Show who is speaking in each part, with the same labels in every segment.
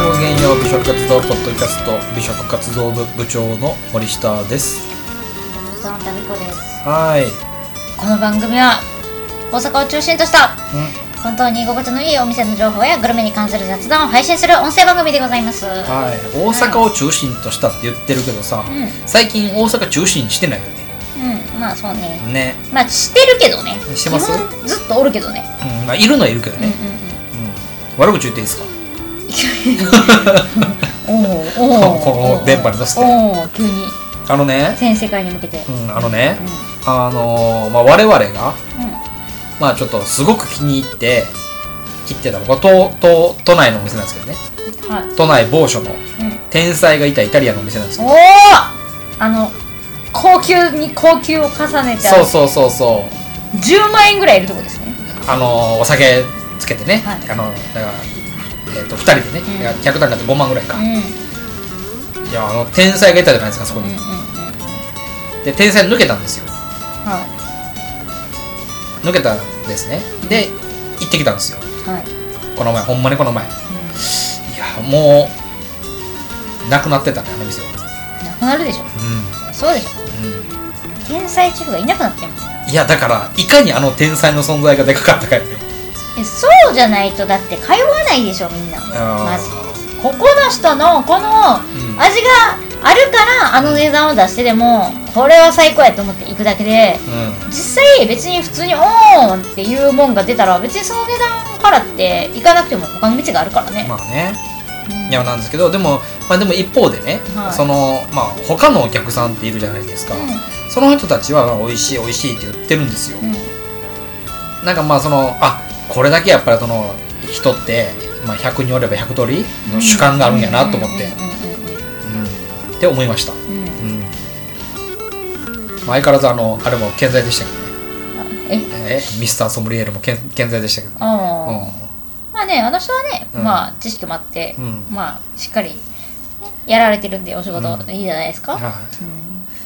Speaker 1: 美食活動ポッドキャスト美食活動部部長の森下です
Speaker 2: その旅子です
Speaker 1: はい
Speaker 2: この番組は大阪を中心とした
Speaker 1: うん
Speaker 2: 本当に居心地のいいお店の情報やグルメに関する雑談を配信する音声番組でございます
Speaker 1: はい大阪を中心としたって言ってるけどさ、
Speaker 2: ん
Speaker 1: 最近大阪中心にしてないよね
Speaker 2: うんまあそうね
Speaker 1: ね、
Speaker 2: まあしてるけどね
Speaker 1: してます
Speaker 2: 基本ずっとおるけどね
Speaker 1: うんまあ、いるのはいるけど
Speaker 2: うんう
Speaker 1: ね、うん悪口言っていいですか
Speaker 2: んうんおおおお
Speaker 1: この電波に乗せて
Speaker 2: おお急に
Speaker 1: あのね、
Speaker 2: 全世界に向けて
Speaker 1: うん、あのね、あのーまあ、我々が
Speaker 2: うんうん
Speaker 1: まあちょっとすごく気に入って切ってたここは都都都内のお店なんですけどね
Speaker 2: はい
Speaker 1: 都内某所の
Speaker 2: うん
Speaker 1: 天才がいたイタリアのお店なんですけ
Speaker 2: お
Speaker 1: ど
Speaker 2: おあの高級に高級を重ねてあ
Speaker 1: そ
Speaker 2: る
Speaker 1: うそうそうそう
Speaker 2: 10万円ぐらいいるとこですね
Speaker 1: あのお酒つけてね、
Speaker 2: はい
Speaker 1: あのだから、えっと2人でね、
Speaker 2: うん
Speaker 1: いや客単価って5万ぐらいか、
Speaker 2: うん
Speaker 1: い
Speaker 2: うん
Speaker 1: やあの天才がいたじゃないですかそこ
Speaker 2: うん
Speaker 1: に、
Speaker 2: うん
Speaker 1: で天才抜けたんですよ
Speaker 2: は
Speaker 1: 抜けたんですねで行ってきたんですよ
Speaker 2: いはい
Speaker 1: この前ほんまにこの前いやもうなくなってたねあの店は
Speaker 2: なくなるでしょ
Speaker 1: う
Speaker 2: そうでしょ
Speaker 1: ん、うん
Speaker 2: 天才主婦がいなくなってます
Speaker 1: いやだからいかにあの天才の存在がでかかったかよね
Speaker 2: えそうじゃないとだって通わないでしょみんなマジでここの人のこの
Speaker 1: うん
Speaker 2: 味があるからあの値段を出してでもこれは最高やと思って行くだけで
Speaker 1: うん
Speaker 2: 実際別に普通に「おーん!」っていうもんが出たら別にその値段からって行かなくても他の道があるからね、
Speaker 1: まあね
Speaker 2: うん
Speaker 1: いやなんですけどでもまあでも一方でね、
Speaker 2: はい
Speaker 1: そのまあ他のお客さんっているじゃないですか、
Speaker 2: う
Speaker 1: その人たちはまあ美味しい美味しいって言ってるんですよ、
Speaker 2: んうん
Speaker 1: なんかまあそのあこれだけやっぱりその人って、まあ、100人おれば100通りの主観があるんやなと思って、うんって思いました、う
Speaker 2: うんうんうんうんうんう
Speaker 1: ん
Speaker 2: ん
Speaker 1: まあ相変わらずあのあれも健在でしたけ
Speaker 2: あえ
Speaker 1: どねえミスターソムリエールも健健在でしたけど、
Speaker 2: ああ、
Speaker 1: う
Speaker 2: まあね、あの人はね、
Speaker 1: うん
Speaker 2: まあ知識もあって、
Speaker 1: うん
Speaker 2: まあしっかり、ね、やられてるんでお仕事、
Speaker 1: うん
Speaker 2: いいじゃないです
Speaker 1: ん
Speaker 2: か。
Speaker 1: はい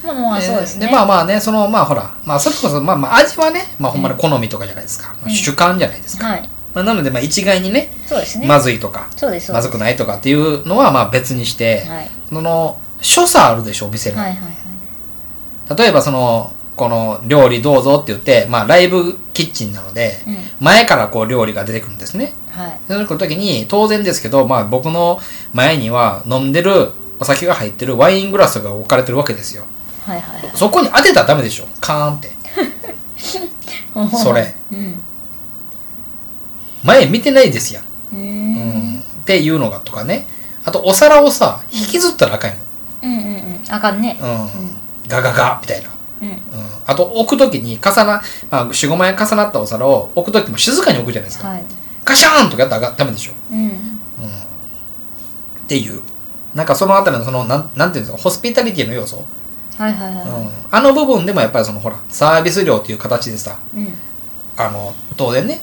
Speaker 2: うん、まあまあそうですね。
Speaker 1: まあまあね、そのまあほら、まあそれこそまあまあ味はね、まあほんまに好みとかじゃないですか。
Speaker 2: ん
Speaker 1: 主観じゃないですか。
Speaker 2: はい、
Speaker 1: まあなのでまあ一概にね、
Speaker 2: そうですね。
Speaker 1: まずいとか、
Speaker 2: そうですそう
Speaker 1: ま
Speaker 2: です
Speaker 1: ずくないとかっていうのはまあ別にして、
Speaker 2: はい
Speaker 1: その所作あるでしょ、お店の。
Speaker 2: はいはいはい。
Speaker 1: 例えばその、この料理どうぞって言って、まあライブキッチンなので、
Speaker 2: うん
Speaker 1: 前からこう料理が出てくるんですね。
Speaker 2: はい。
Speaker 1: そういう時に当然ですけど、まあ僕の前には飲んでるお酒が入ってるワイングラスが置かれてるわけですよ。
Speaker 2: はいはい
Speaker 1: そこに当てたらダメでしょ、カーンって。
Speaker 2: はい。
Speaker 1: それ。
Speaker 2: うん。
Speaker 1: 前見てないですやん、
Speaker 2: うー
Speaker 1: うん
Speaker 2: ん。
Speaker 1: っていうのがとかねあとお皿をさ引きずったらあかんよ、
Speaker 2: うんうんうん。あかんね
Speaker 1: う。んガガガみたいな、う
Speaker 2: うん。
Speaker 1: ん、あと置く時に重な、まあ、45枚重なったお皿を置く時も静かに置くじゃないですか、
Speaker 2: はい。
Speaker 1: ガシャーンとかやったらあかんダメでしょ、
Speaker 2: うん。
Speaker 1: うん、っていうなんかそのあたりのそのなんなんていうんですかホスピタリティの要素、
Speaker 2: はいはい
Speaker 1: うん
Speaker 2: は
Speaker 1: あの部分でもやっぱりそのほらサービス料という形でさ
Speaker 2: い。うん。
Speaker 1: あの当然ね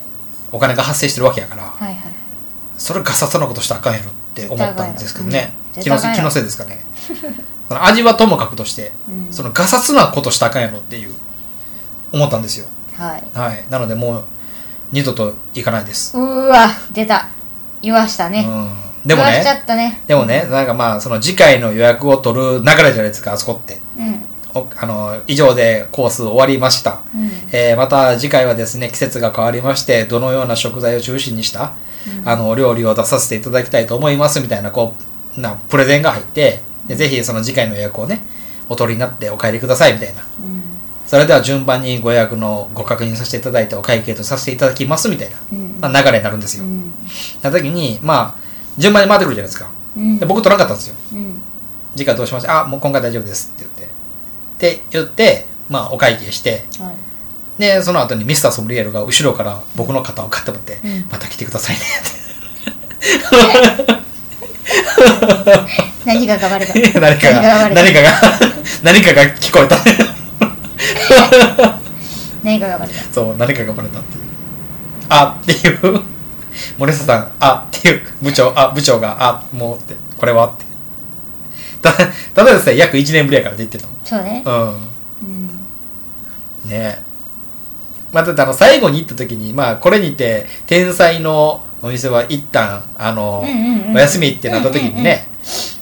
Speaker 1: お金が発生してるわけやから
Speaker 2: はいはい。
Speaker 1: それガサツなことしたらあかんやろって思ったんですけどね、
Speaker 2: 絶
Speaker 1: 気
Speaker 2: 対
Speaker 1: の
Speaker 2: あかん
Speaker 1: せい
Speaker 2: やろ
Speaker 1: 気のせいですかねその味はともかくとして、
Speaker 2: うん
Speaker 1: そのガサツなことしたらあかんやろっていう思ったんですよ
Speaker 2: はい。
Speaker 1: はいなのでもう二度と行かないです、
Speaker 2: うーわ出た。言わしたね。
Speaker 1: うん、でも
Speaker 2: 言わしちゃ
Speaker 1: ね
Speaker 2: ったね。
Speaker 1: でもねなんかまあその次回の予約を取る流れじゃないですかあそこって
Speaker 2: うん。
Speaker 1: おあの以上でコース終わりました、
Speaker 2: うん
Speaker 1: えーまた次回はですね季節が変わりましてどのような食材を中心にした、あのお料理を出させていただきたいと思いますみたいなこうなプレゼンが入ってでぜひその次回の予約をねお取りになってお帰りくださいみたいな
Speaker 2: うん。
Speaker 1: それでは順番にご予約のご確認させていただいてお会計とさせていただきますみたいな、
Speaker 2: うん
Speaker 1: まあ、流れになるんですよ、
Speaker 2: うん。
Speaker 1: な時にまあ順番に回ってくるじゃないですか
Speaker 2: うん
Speaker 1: で。僕取らなかったんですよ
Speaker 2: うん。
Speaker 1: 次回どうしましたあもう今回大丈夫ですって言ってって言ってまあお会計して
Speaker 2: はい。
Speaker 1: でその後にミスターソムリエルが後ろから僕の肩をかって持って、
Speaker 2: うん
Speaker 1: また来てくださいね
Speaker 2: 何が変わる
Speaker 1: っ
Speaker 2: か
Speaker 1: て何かが 何
Speaker 2: 何が何
Speaker 1: かが 何かが聞こえた
Speaker 2: 何が変わるか
Speaker 1: そう何かがバレたっていうあっていう森下さんあっていう部長あ部長があもうってこれはってたただでさえ約1年ぶりやからって言ってた
Speaker 2: そうね
Speaker 1: もんうん
Speaker 2: うん
Speaker 1: ねえまあ、だってあの最後に行った時にまあこれにて天才のお店は一旦あの、
Speaker 2: うんうんうん
Speaker 1: お休みってなった時にね、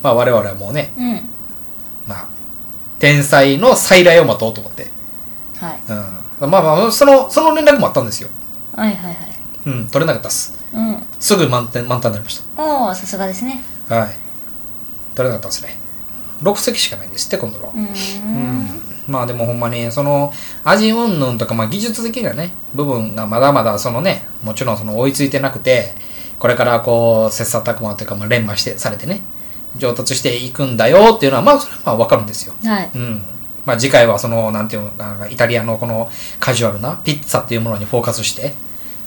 Speaker 1: まあ我々はもうね、
Speaker 2: うん
Speaker 1: まあ、天才の再来を待とうと思って。
Speaker 2: はい
Speaker 1: うん。まあまあ、その、その連絡もあったんですよ。
Speaker 2: はいはいはい
Speaker 1: うん、取れなかったっす。
Speaker 2: うん
Speaker 1: すぐ満点、満タンになりまし
Speaker 2: おおさすがですね
Speaker 1: た。はい。取れなかったですね。6席しかないんですって、今度は
Speaker 2: う。ーん
Speaker 1: まあでもほんまに、その、味云々とか、まあ技術的なね、部分がまだまだ、そのね、もちろんその追いついてなくて、これからこう、切磋琢磨というか、まあ連磨して、されてね、上達していくんだよっていうのは、まあそれはまあわかるんですよ。
Speaker 2: はい
Speaker 1: うん。まあ次回はその、なんていうのかな、イタリアのこのカジュアルなピッツァっていうものにフォーカスして、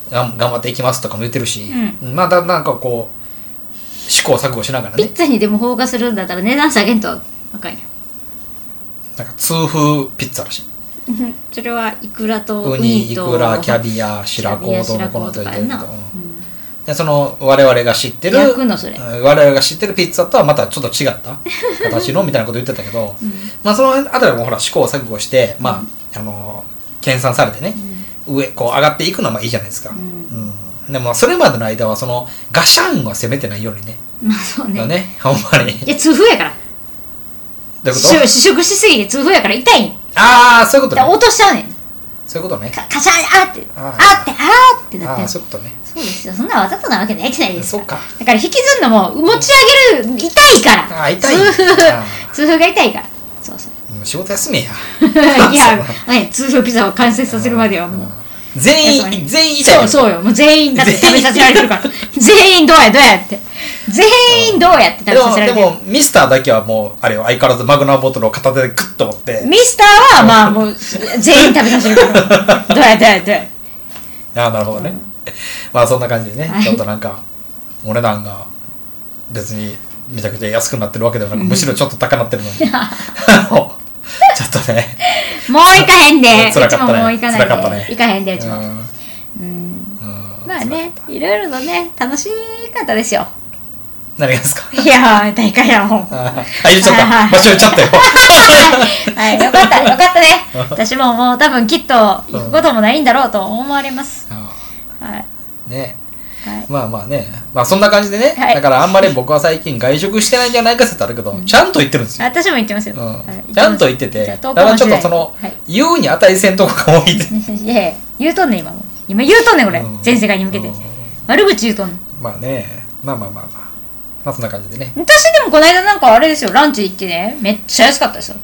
Speaker 1: がん頑張っていきますとかも言ってるし、まあだなんかこう、試行錯誤しながら
Speaker 2: ピ
Speaker 1: ね
Speaker 2: ッ、ツァにでも放火するんだったら値段下げんとあかんや
Speaker 1: なんか痛風ピッツァらしい。
Speaker 2: ん それはいくらと
Speaker 1: ウニ、イ
Speaker 2: と
Speaker 1: クラ、キャビア、
Speaker 2: キ
Speaker 1: 白
Speaker 2: ャビ
Speaker 1: 子、
Speaker 2: ア
Speaker 1: どうの
Speaker 2: 白
Speaker 1: こう
Speaker 2: 子
Speaker 1: のと
Speaker 2: と
Speaker 1: い
Speaker 2: か
Speaker 1: って
Speaker 2: や
Speaker 1: る
Speaker 2: ん
Speaker 1: け
Speaker 2: な
Speaker 1: ど、
Speaker 2: う
Speaker 1: うん
Speaker 2: ん
Speaker 1: でその我々が知ってる
Speaker 2: 焼くのそれ
Speaker 1: うん我々が知ってるピッツァとはまたちょっと違っ た形のみたいなこと言ってたけど、まあそのあたりもほら試行錯誤して、まあ、あの研鑽されてね、上こう上がっていくのはまあいいじゃないですか、
Speaker 2: ん
Speaker 1: うんでもそれまでの間はそのガシャンは攻めてないようにね
Speaker 2: まあそうね
Speaker 1: だね ほんまに
Speaker 2: いや痛風やから
Speaker 1: どういうこ
Speaker 2: 試食
Speaker 1: と
Speaker 2: 試食しすぎて痛風やから痛いん
Speaker 1: ああそういうこ
Speaker 2: だ
Speaker 1: とね
Speaker 2: から落としちゃうねん
Speaker 1: そういうことね
Speaker 2: かカシャンあーって
Speaker 1: あ
Speaker 2: あ
Speaker 1: ー
Speaker 2: ーってあーってなっ
Speaker 1: あ
Speaker 2: て
Speaker 1: あ
Speaker 2: ん
Speaker 1: そういうことね
Speaker 2: そうですよそんなわざとなわけないじゃないです
Speaker 1: そう
Speaker 2: か
Speaker 1: か
Speaker 2: だから引きずるのも持ち上げる痛いから
Speaker 1: あー 痛い
Speaker 2: 痛
Speaker 1: あ
Speaker 2: 風痛風が痛いからそう そう
Speaker 1: もう仕事休めや
Speaker 2: いや、ね、痛風ピザを完成させるまではもう
Speaker 1: 全
Speaker 2: やっぱり
Speaker 1: 員全員痛い
Speaker 2: そうそうよもう全員だって食べさせられてるから全員どうやどうやって全員どうやって食べ
Speaker 1: で
Speaker 2: さ
Speaker 1: も
Speaker 2: せら
Speaker 1: で
Speaker 2: れてる
Speaker 1: もミスターだけはもうあれよ相変わらずマグナボトルを片手でグッと持って
Speaker 2: ミスターはまあもう全員食べさせるか らどうやどうやどうや
Speaker 1: ああなるほどね、まあそんな感じでね、
Speaker 2: はい
Speaker 1: ちょっとなんかお値段が別にめちゃくちゃ安くなってるわけではなく、むしろちょっと高なってる のにあのちょっとね
Speaker 2: もう行かへんでう
Speaker 1: 辛
Speaker 2: ち
Speaker 1: か
Speaker 2: も
Speaker 1: ったね
Speaker 2: もう行かないで
Speaker 1: 辛かったね
Speaker 2: 行かへんでうち
Speaker 1: う
Speaker 2: も
Speaker 1: ん
Speaker 2: うん
Speaker 1: うん
Speaker 2: まあねいろいろとね楽しかっ たですよ
Speaker 1: 何がです か
Speaker 2: いやー大会やもん
Speaker 1: ああ言っちゃっ
Speaker 2: はい
Speaker 1: た
Speaker 2: はい
Speaker 1: 場所言っちゃ ったよ
Speaker 2: はい、よかった、よか ったね。私ももう多分きっと行くこともないんだろうと思われます。
Speaker 1: あ
Speaker 2: はい。
Speaker 1: あね
Speaker 2: はい。
Speaker 1: まあまあねまあそんな感じでね、
Speaker 2: はい
Speaker 1: だからあんまり僕は最近外食してないんじゃないか説あるけど、ちゃんと言ってるんですよ
Speaker 2: 私も行ってますよ。はい
Speaker 1: うん、ちゃんと言ってて、
Speaker 2: じゃあ
Speaker 1: た
Speaker 2: 投稿
Speaker 1: だ
Speaker 2: も
Speaker 1: ちょっと
Speaker 2: しない
Speaker 1: その、
Speaker 2: はい。
Speaker 1: 言うに値せんとこが多いです。
Speaker 2: いやいや言うとんねん、今も。今言うとんねん、これ
Speaker 1: うん。
Speaker 2: 全世界に向けて
Speaker 1: うん。
Speaker 2: 悪口言うとんねん。
Speaker 1: まあね、まあまあまあまあ。まあそんな感じでね。
Speaker 2: 私でもこの間なんかあれですよ、ランチ行ってね、めっちゃ安かったですよ。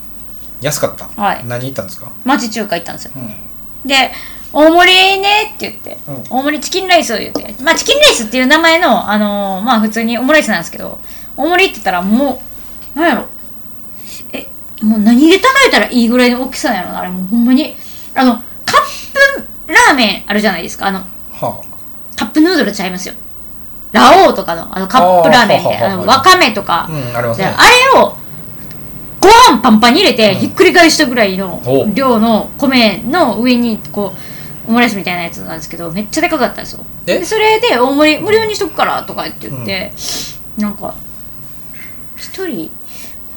Speaker 1: 安かった。
Speaker 2: はい
Speaker 1: 何言ったんですか
Speaker 2: 町中華行ったんですよ。
Speaker 1: うん。
Speaker 2: で、大盛りねって言って、
Speaker 1: うん
Speaker 2: 大盛りチキンライスを言って、まあチキンライスっていう名前の、あのーまあ普通にオムライスなんですけど、大盛りって言ったらもう、なんやろ、え、もう何で食べたらいいぐらいの大きさなんやろな、あれもうほんまに、あの、カップラーメンあるじゃないですか、あの、
Speaker 1: は
Speaker 2: カップヌードルちゃいますよ。ラオウとかの、あのカップラーメンみたい
Speaker 1: あー
Speaker 2: な、
Speaker 1: はは
Speaker 2: あ
Speaker 1: は
Speaker 2: の、
Speaker 1: は
Speaker 2: わかめとか
Speaker 1: あ。、うん、あります
Speaker 2: で
Speaker 1: ね
Speaker 2: あ。れをご飯パンパンに入れてひっくり返したぐらいの
Speaker 1: お
Speaker 2: 量の米の上にこうオムライスみたいなやつなんですけどめっちゃでかかったんですよ
Speaker 1: え
Speaker 2: でそれで大盛り無料にしとくからとかって言って、なんか一人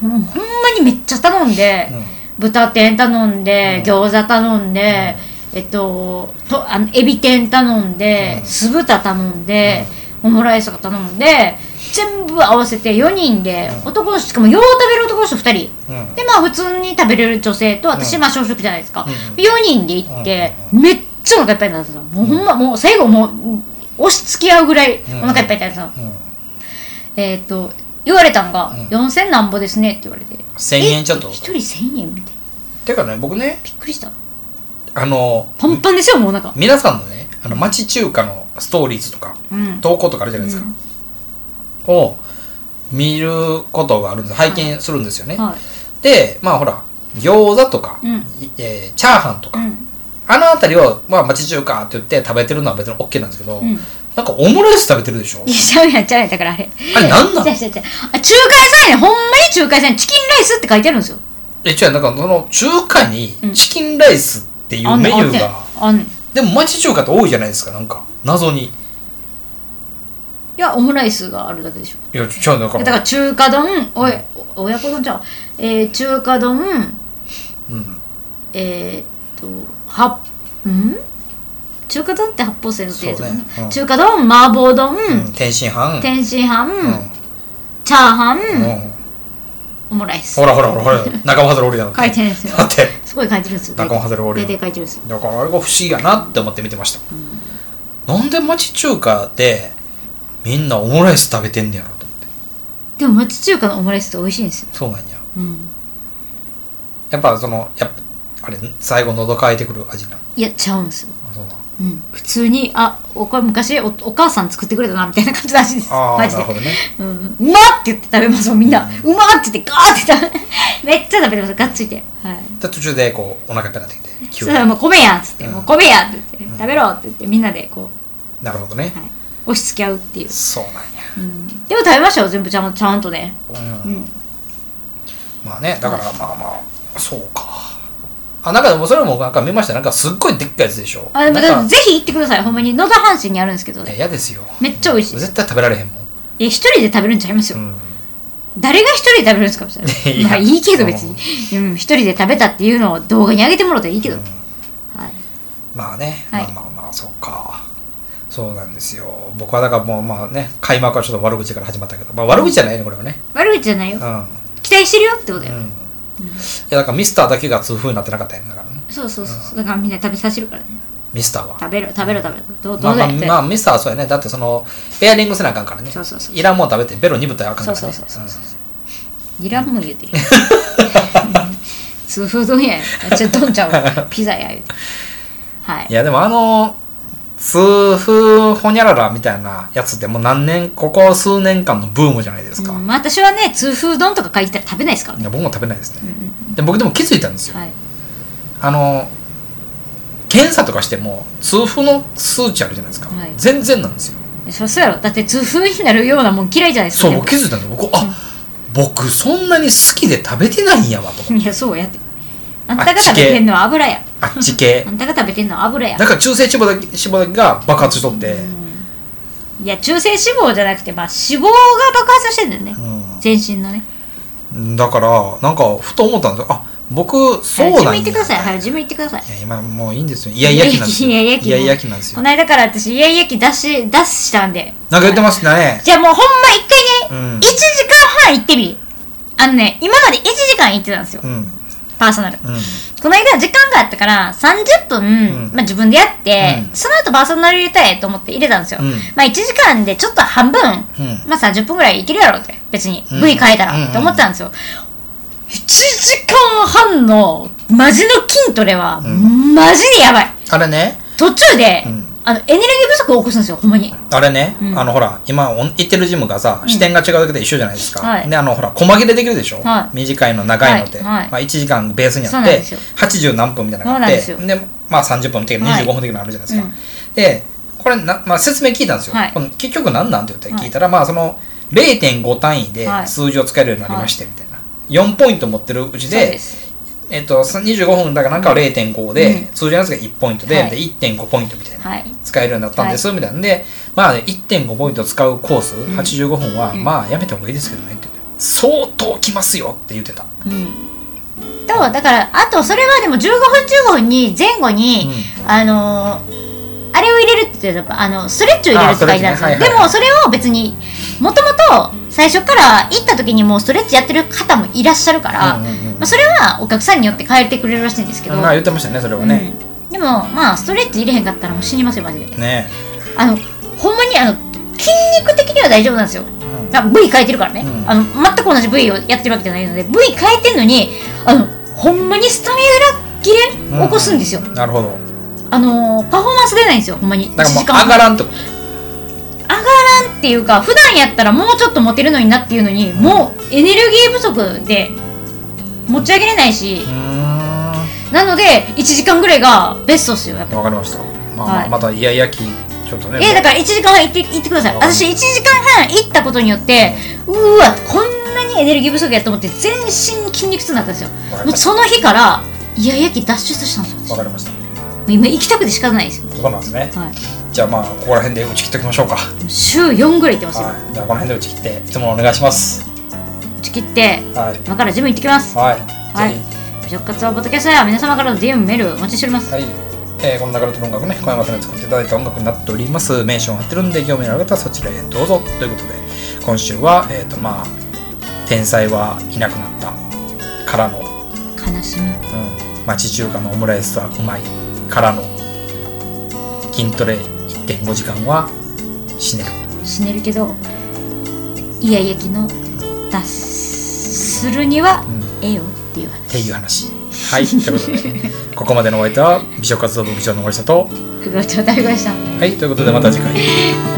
Speaker 2: ほんほんまにめっちゃ頼んで、
Speaker 1: うん
Speaker 2: 豚天頼んで、
Speaker 1: うん
Speaker 2: 餃子頼んで、えっととあのエビ天頼んで、
Speaker 1: うん
Speaker 2: 酢豚頼んで、オムライスとか頼んで全部合わせて4人で、
Speaker 1: うん
Speaker 2: 男の人しかもよう食べる男の人2人
Speaker 1: うん。
Speaker 2: でまあ普通に食べれる女性と私、
Speaker 1: うん
Speaker 2: まあ小食じゃないですか、
Speaker 1: うん
Speaker 2: 4人で行って、めっちゃお腹いっぱいになったんですよもうほんま、もう最後もう押し付け合うぐらいお腹いっぱいになったんですよ、
Speaker 1: うん。
Speaker 2: えっと言われたのが
Speaker 1: うん
Speaker 2: 「4000なんぼですね」って言われて
Speaker 1: 1000円ちょっと
Speaker 2: 1。人1000円みたいな
Speaker 1: てかね、僕ね、
Speaker 2: びっくりした
Speaker 1: あの、
Speaker 2: パンパンですよもうなんか
Speaker 1: 皆さんのね、あの、町中華のストーリーズとか、
Speaker 2: うん
Speaker 1: 投稿とかあるじゃないですか。を見ることがあるんです。拝見するんですよね。
Speaker 2: は
Speaker 1: で、まあほら、餃子とか、
Speaker 2: うん
Speaker 1: いえーチャーハンと
Speaker 2: い
Speaker 1: か、あの辺りを、まあ、町中華って言って食べてるのは別に OK なんですけど、
Speaker 2: うん
Speaker 1: なんかオムライス食べてるでしょ
Speaker 2: いやちゃうやんちゃうやんだからあれ
Speaker 1: あれなんなの
Speaker 2: 違う違う違うあ中華屋さんやねんほんまに中華屋さんやチキンライスって書いてあるんですよ
Speaker 1: え、違う、なんかその中華にチキンライスっていうメニューが、
Speaker 2: あんねんあんねんい
Speaker 1: でも町中華って多いじゃないですか、なんか、謎に。い
Speaker 2: やオムライスがあるだけでしょ
Speaker 1: や、違う、だか
Speaker 2: だから
Speaker 1: ら、
Speaker 2: 中華丼おいお親子丼じゃんえー、中華丼
Speaker 1: うん、
Speaker 2: えー、っとはうん中華丼って八宝線のってやつだよね
Speaker 1: そうねうん
Speaker 2: 中華丼麻婆丼、
Speaker 1: うん天津飯、
Speaker 2: 天津飯、
Speaker 1: うん、
Speaker 2: チャーハン、
Speaker 1: うん、
Speaker 2: オムライス
Speaker 1: ほらほらほらほら、仲間外れおるやん。
Speaker 2: 書いてるんですよ
Speaker 1: だって、
Speaker 2: すごい書いて るんですよ
Speaker 1: 仲間外れおる
Speaker 2: 大
Speaker 1: やん。
Speaker 2: 体書いてるんですよ
Speaker 1: だからあれが不思議やなって思って見てました。なんで町中華でみんなオムライス食べてんねやろと思って。
Speaker 2: でも町中華のオムライスって美味しいんですよ
Speaker 1: そうなんや。
Speaker 2: うん
Speaker 1: やっぱその、やっぱ、あれ、最後喉乾いてくる味なん。
Speaker 2: いやちゃうんですよ、
Speaker 1: あそうなん
Speaker 2: うん、普通にあおこれ昔おお母さん作ってくれたなみたいな感じらしいです
Speaker 1: ああ、
Speaker 2: マジ
Speaker 1: な
Speaker 2: で
Speaker 1: るほどね。
Speaker 2: うん、うまっって言って食べますもんみんな、うまっって言ってガーって食べ めっちゃ食べてますがっついて、はい、
Speaker 1: で途中でこう、お腹いっぱいになってきて、
Speaker 2: そ
Speaker 1: 急
Speaker 2: し
Speaker 1: に
Speaker 2: たらもう米やっつって、
Speaker 1: うん
Speaker 2: もう米やって言って、食べろって言ってみんなでこ
Speaker 1: なるほどね
Speaker 2: う、。はい、押し付け合うっていう、
Speaker 1: そうなんや。
Speaker 2: うん、でも食べましたよ全部ちゃんちゃんとね
Speaker 1: う
Speaker 2: うんん
Speaker 1: まあね、だからまあまあ、そうか。あ、なんかでもそれもなんか見ました。なんかすっごいでっかいやつでしょ。
Speaker 2: あでも
Speaker 1: なんか
Speaker 2: ぜひ行ってくださいほんまに野田阪神にあるんですけど
Speaker 1: いや
Speaker 2: ね
Speaker 1: 嫌ですよ。
Speaker 2: めっちゃ美味しい
Speaker 1: 絶対食べられへんもん。
Speaker 2: いや一人で食べるんちゃいますよ、
Speaker 1: うん。
Speaker 2: 誰が一人で食べるんですかみたい
Speaker 1: いや
Speaker 2: なまあいいけど別にうん一人で食べたっていうのを動画に上げてもらったらいいけど、
Speaker 1: うん
Speaker 2: はい、
Speaker 1: まあね、
Speaker 2: はい
Speaker 1: まあまあまあ、そうか。そうなんですよ。僕はだからもうまあね、開幕はちょっと悪口から始まったけど、まあ悪口じゃないね、これはね。
Speaker 2: 悪口じゃない
Speaker 1: うん。
Speaker 2: よ
Speaker 1: うん。
Speaker 2: 期待してるよってことよ、
Speaker 1: いや、だからミスターだけが痛風になってなかったやんだからね。
Speaker 2: そうそうそうだからみんな食べさせるからね
Speaker 1: ミスターは。
Speaker 2: 食べろ食べろ食べろどう
Speaker 1: ま
Speaker 2: ど
Speaker 1: あ
Speaker 2: う
Speaker 1: ま
Speaker 2: だ
Speaker 1: あ、
Speaker 2: よって、
Speaker 1: まあ、ミスターはそうやね。だってその、ペアリングせなあかんからね。
Speaker 2: そうそうそう
Speaker 1: いらんもん食べて、ベロ鈍ったらあかんからね。
Speaker 2: そうそうそうそ
Speaker 1: ん
Speaker 2: いらんもん言 うてる痛風丼やちょっとどんち ゃうわピザや言うてはい
Speaker 1: いやでもあの痛風ほにゃららみたいなやつってもう何年ここ数年間のブームじゃないですか、
Speaker 2: うんまあ私はね痛風丼とか書いてたら食べないですから
Speaker 1: い
Speaker 2: ね、
Speaker 1: や僕も食べないです
Speaker 2: うん
Speaker 1: ね、
Speaker 2: う
Speaker 1: で僕でも気づいたんです
Speaker 2: ん
Speaker 1: よ、
Speaker 2: はい、
Speaker 1: あの検査とかしても痛風の数値あるじゃないですか、
Speaker 2: はい
Speaker 1: 全然なんですよ
Speaker 2: そそうやろだって痛風になるようなもん嫌いじゃないです
Speaker 1: そ
Speaker 2: か
Speaker 1: う
Speaker 2: 全
Speaker 1: 僕気づいたんですよ僕あ、僕そんなに好きで食べてないんやわと思って
Speaker 2: 部いやそうやってあんたが食べてんのは油や
Speaker 1: あっち系
Speaker 2: あんたが食べてんのは油や
Speaker 1: だから中性脂肪だけ脂肪だけが爆発しとって、
Speaker 2: いや中性脂肪じゃなくてまあ脂肪が爆発してんだよね、
Speaker 1: うん
Speaker 2: 全身のね
Speaker 1: だからなんかふと思ったんですよあ僕そうなんや
Speaker 2: はいジム行ってくださいはいジム行ってください
Speaker 1: いや今もういいんですよイヤイヤ期なんですよ
Speaker 2: イヤイヤ期
Speaker 1: イヤイヤ期なんです
Speaker 2: こ
Speaker 1: よ
Speaker 2: の間から私イヤイヤ期出し出したんで
Speaker 1: なんか言ってますね
Speaker 2: じゃあもうほんま一回ね、
Speaker 1: うん
Speaker 2: 1時間半行ってみあのね今まで1時間行ってたんですよ、
Speaker 1: うんうん
Speaker 2: パーソナルこの間時間があったから30分、
Speaker 1: ん
Speaker 2: まあ、自分でやって、
Speaker 1: うん
Speaker 2: その後パーソナル入れたいと思って入れたんですよ、
Speaker 1: うん
Speaker 2: まあ1時間でちょっと半分、
Speaker 1: うん
Speaker 2: まあ30分ぐらいいけるやろって別に
Speaker 1: うん
Speaker 2: V 変えた
Speaker 1: うんうんうん
Speaker 2: らって思ってたんですよ、1時間半のマジの筋トレは、
Speaker 1: ん
Speaker 2: マジでやばい
Speaker 1: あれね
Speaker 2: 途中で、
Speaker 1: うん
Speaker 2: あのエネルギー不足を起こすんですよほんまに
Speaker 1: あれね、
Speaker 2: うん
Speaker 1: あのほら今お行ってるジムがさ視点が違うだけで一緒じゃないですか、
Speaker 2: はい
Speaker 1: であのほら細切れできるでしょ、
Speaker 2: はい
Speaker 1: 短いの長いのって、
Speaker 2: はいはい
Speaker 1: まあ、1時間ベースに
Speaker 2: そ
Speaker 1: あ
Speaker 2: う
Speaker 1: っ
Speaker 2: なん
Speaker 1: て
Speaker 2: ですよ
Speaker 1: 80何分みたいなのがあって
Speaker 2: そうな
Speaker 1: まあ30分的な
Speaker 2: はい
Speaker 1: 25分的なのあるじゃないですか、
Speaker 2: うん
Speaker 1: でこれな、まあ、説明聞いたんですよ、
Speaker 2: はい
Speaker 1: この結局何なんて言って聞いたら、まあその0.5単位で
Speaker 2: はい
Speaker 1: 数字を使えるようになりましてみたいな、4ポイント持ってるうち
Speaker 2: そう
Speaker 1: で
Speaker 2: です
Speaker 1: えっと、25分だからなんかは0.5で、通常のやつが1ポイントで,、
Speaker 2: はい
Speaker 1: で1.5ポイントみたいな、
Speaker 2: はい
Speaker 1: 使えるようになったんです、みたいなんで、まあ、ね、1.5ポイント使うコース、
Speaker 2: ん
Speaker 1: 85分は、
Speaker 2: うん
Speaker 1: まあやめた方がいいですけどねって言って相当きますよって言ってた、
Speaker 2: うんとだからあとそれはでも15分15分に前後に、あのーあれを入れるって言ってたあのストレッチを入れるとか言ってたんですよ、
Speaker 1: あーストレッチねはいはい
Speaker 2: でもそれを別にもともと最初から行った時にもうストレッチやってる方もいらっしゃるから、
Speaker 1: うんうんうん
Speaker 2: まあ、それはお客さんによって変えてくれるらしいんですけど、
Speaker 1: まあ言ってましたねそれはね、
Speaker 2: うんでもまあストレッチ入れへんかったらもう死にますよマジで
Speaker 1: ね
Speaker 2: あのほんまにあの筋肉的には大丈夫なんですよ
Speaker 1: え、うん
Speaker 2: あ V 変えてるからね、
Speaker 1: うん
Speaker 2: あの全く同じ V をやってるわけじゃないので V 変えてるのにあのほんまにスタミナ切れ起こすんですよ、
Speaker 1: なるほど
Speaker 2: あのーパフォーマンス出ないんですよほんまに
Speaker 1: だからもう
Speaker 2: 一
Speaker 1: 上
Speaker 2: 時間
Speaker 1: がらんってこと
Speaker 2: 上がらんっていうか普段やったらもうちょっと持てるのになっていうのに、もうエネルギー不足で持ち上げれないし
Speaker 1: う、ーん
Speaker 2: なので1時間ぐらいがベストっすよやっぱ
Speaker 1: わかりました、まあまあ
Speaker 2: はい
Speaker 1: またイヤイヤ期ちょっとね
Speaker 2: えだから1時間半行って行ってください
Speaker 1: あー
Speaker 2: 私1時間半行ったことによってうーわこんなにエネルギー不足やと思って全身筋肉痛になったんですよ
Speaker 1: わかり
Speaker 2: もう
Speaker 1: まし
Speaker 2: その日からイヤイヤ期脱出したんです
Speaker 1: たわか
Speaker 2: よ私
Speaker 1: りました
Speaker 2: 今行きたくて仕方ないですよ
Speaker 1: そうなんですね
Speaker 2: はい
Speaker 1: じゃあまあここら辺で打ち切っておきましょうか
Speaker 2: 週4ぐらい行ってますよ
Speaker 1: はい、じゃあこの辺で打ち切っていつものお願いします。
Speaker 2: 打ち切って
Speaker 1: はい、
Speaker 2: 今からジム行ってきます
Speaker 1: はい、
Speaker 2: はい
Speaker 1: ぜ
Speaker 2: 食活はボトキャストや皆様からの DM メールお待ちしておりま
Speaker 1: ひ
Speaker 2: す
Speaker 1: はい、えーこの流れとの音楽ね、小山さんに作っていただいた音楽になっております。メンション貼ってるんで興味のある方はそちらへどうぞということで、今週はえっ、とまあ天才はいなくなったからの、
Speaker 2: 悲しみ
Speaker 1: うん、町中華のオムライスはうまいからの筋トレ1.5時間は死ねる
Speaker 2: 死ねるけどイヤイヤ期の脱するには
Speaker 1: うん
Speaker 2: ええよっていう
Speaker 1: って
Speaker 2: 話
Speaker 1: いう話はいということでここまでのお相手は美食活動部部長の森下と
Speaker 2: 副部長大悟でした
Speaker 1: はいということでまた次回
Speaker 2: お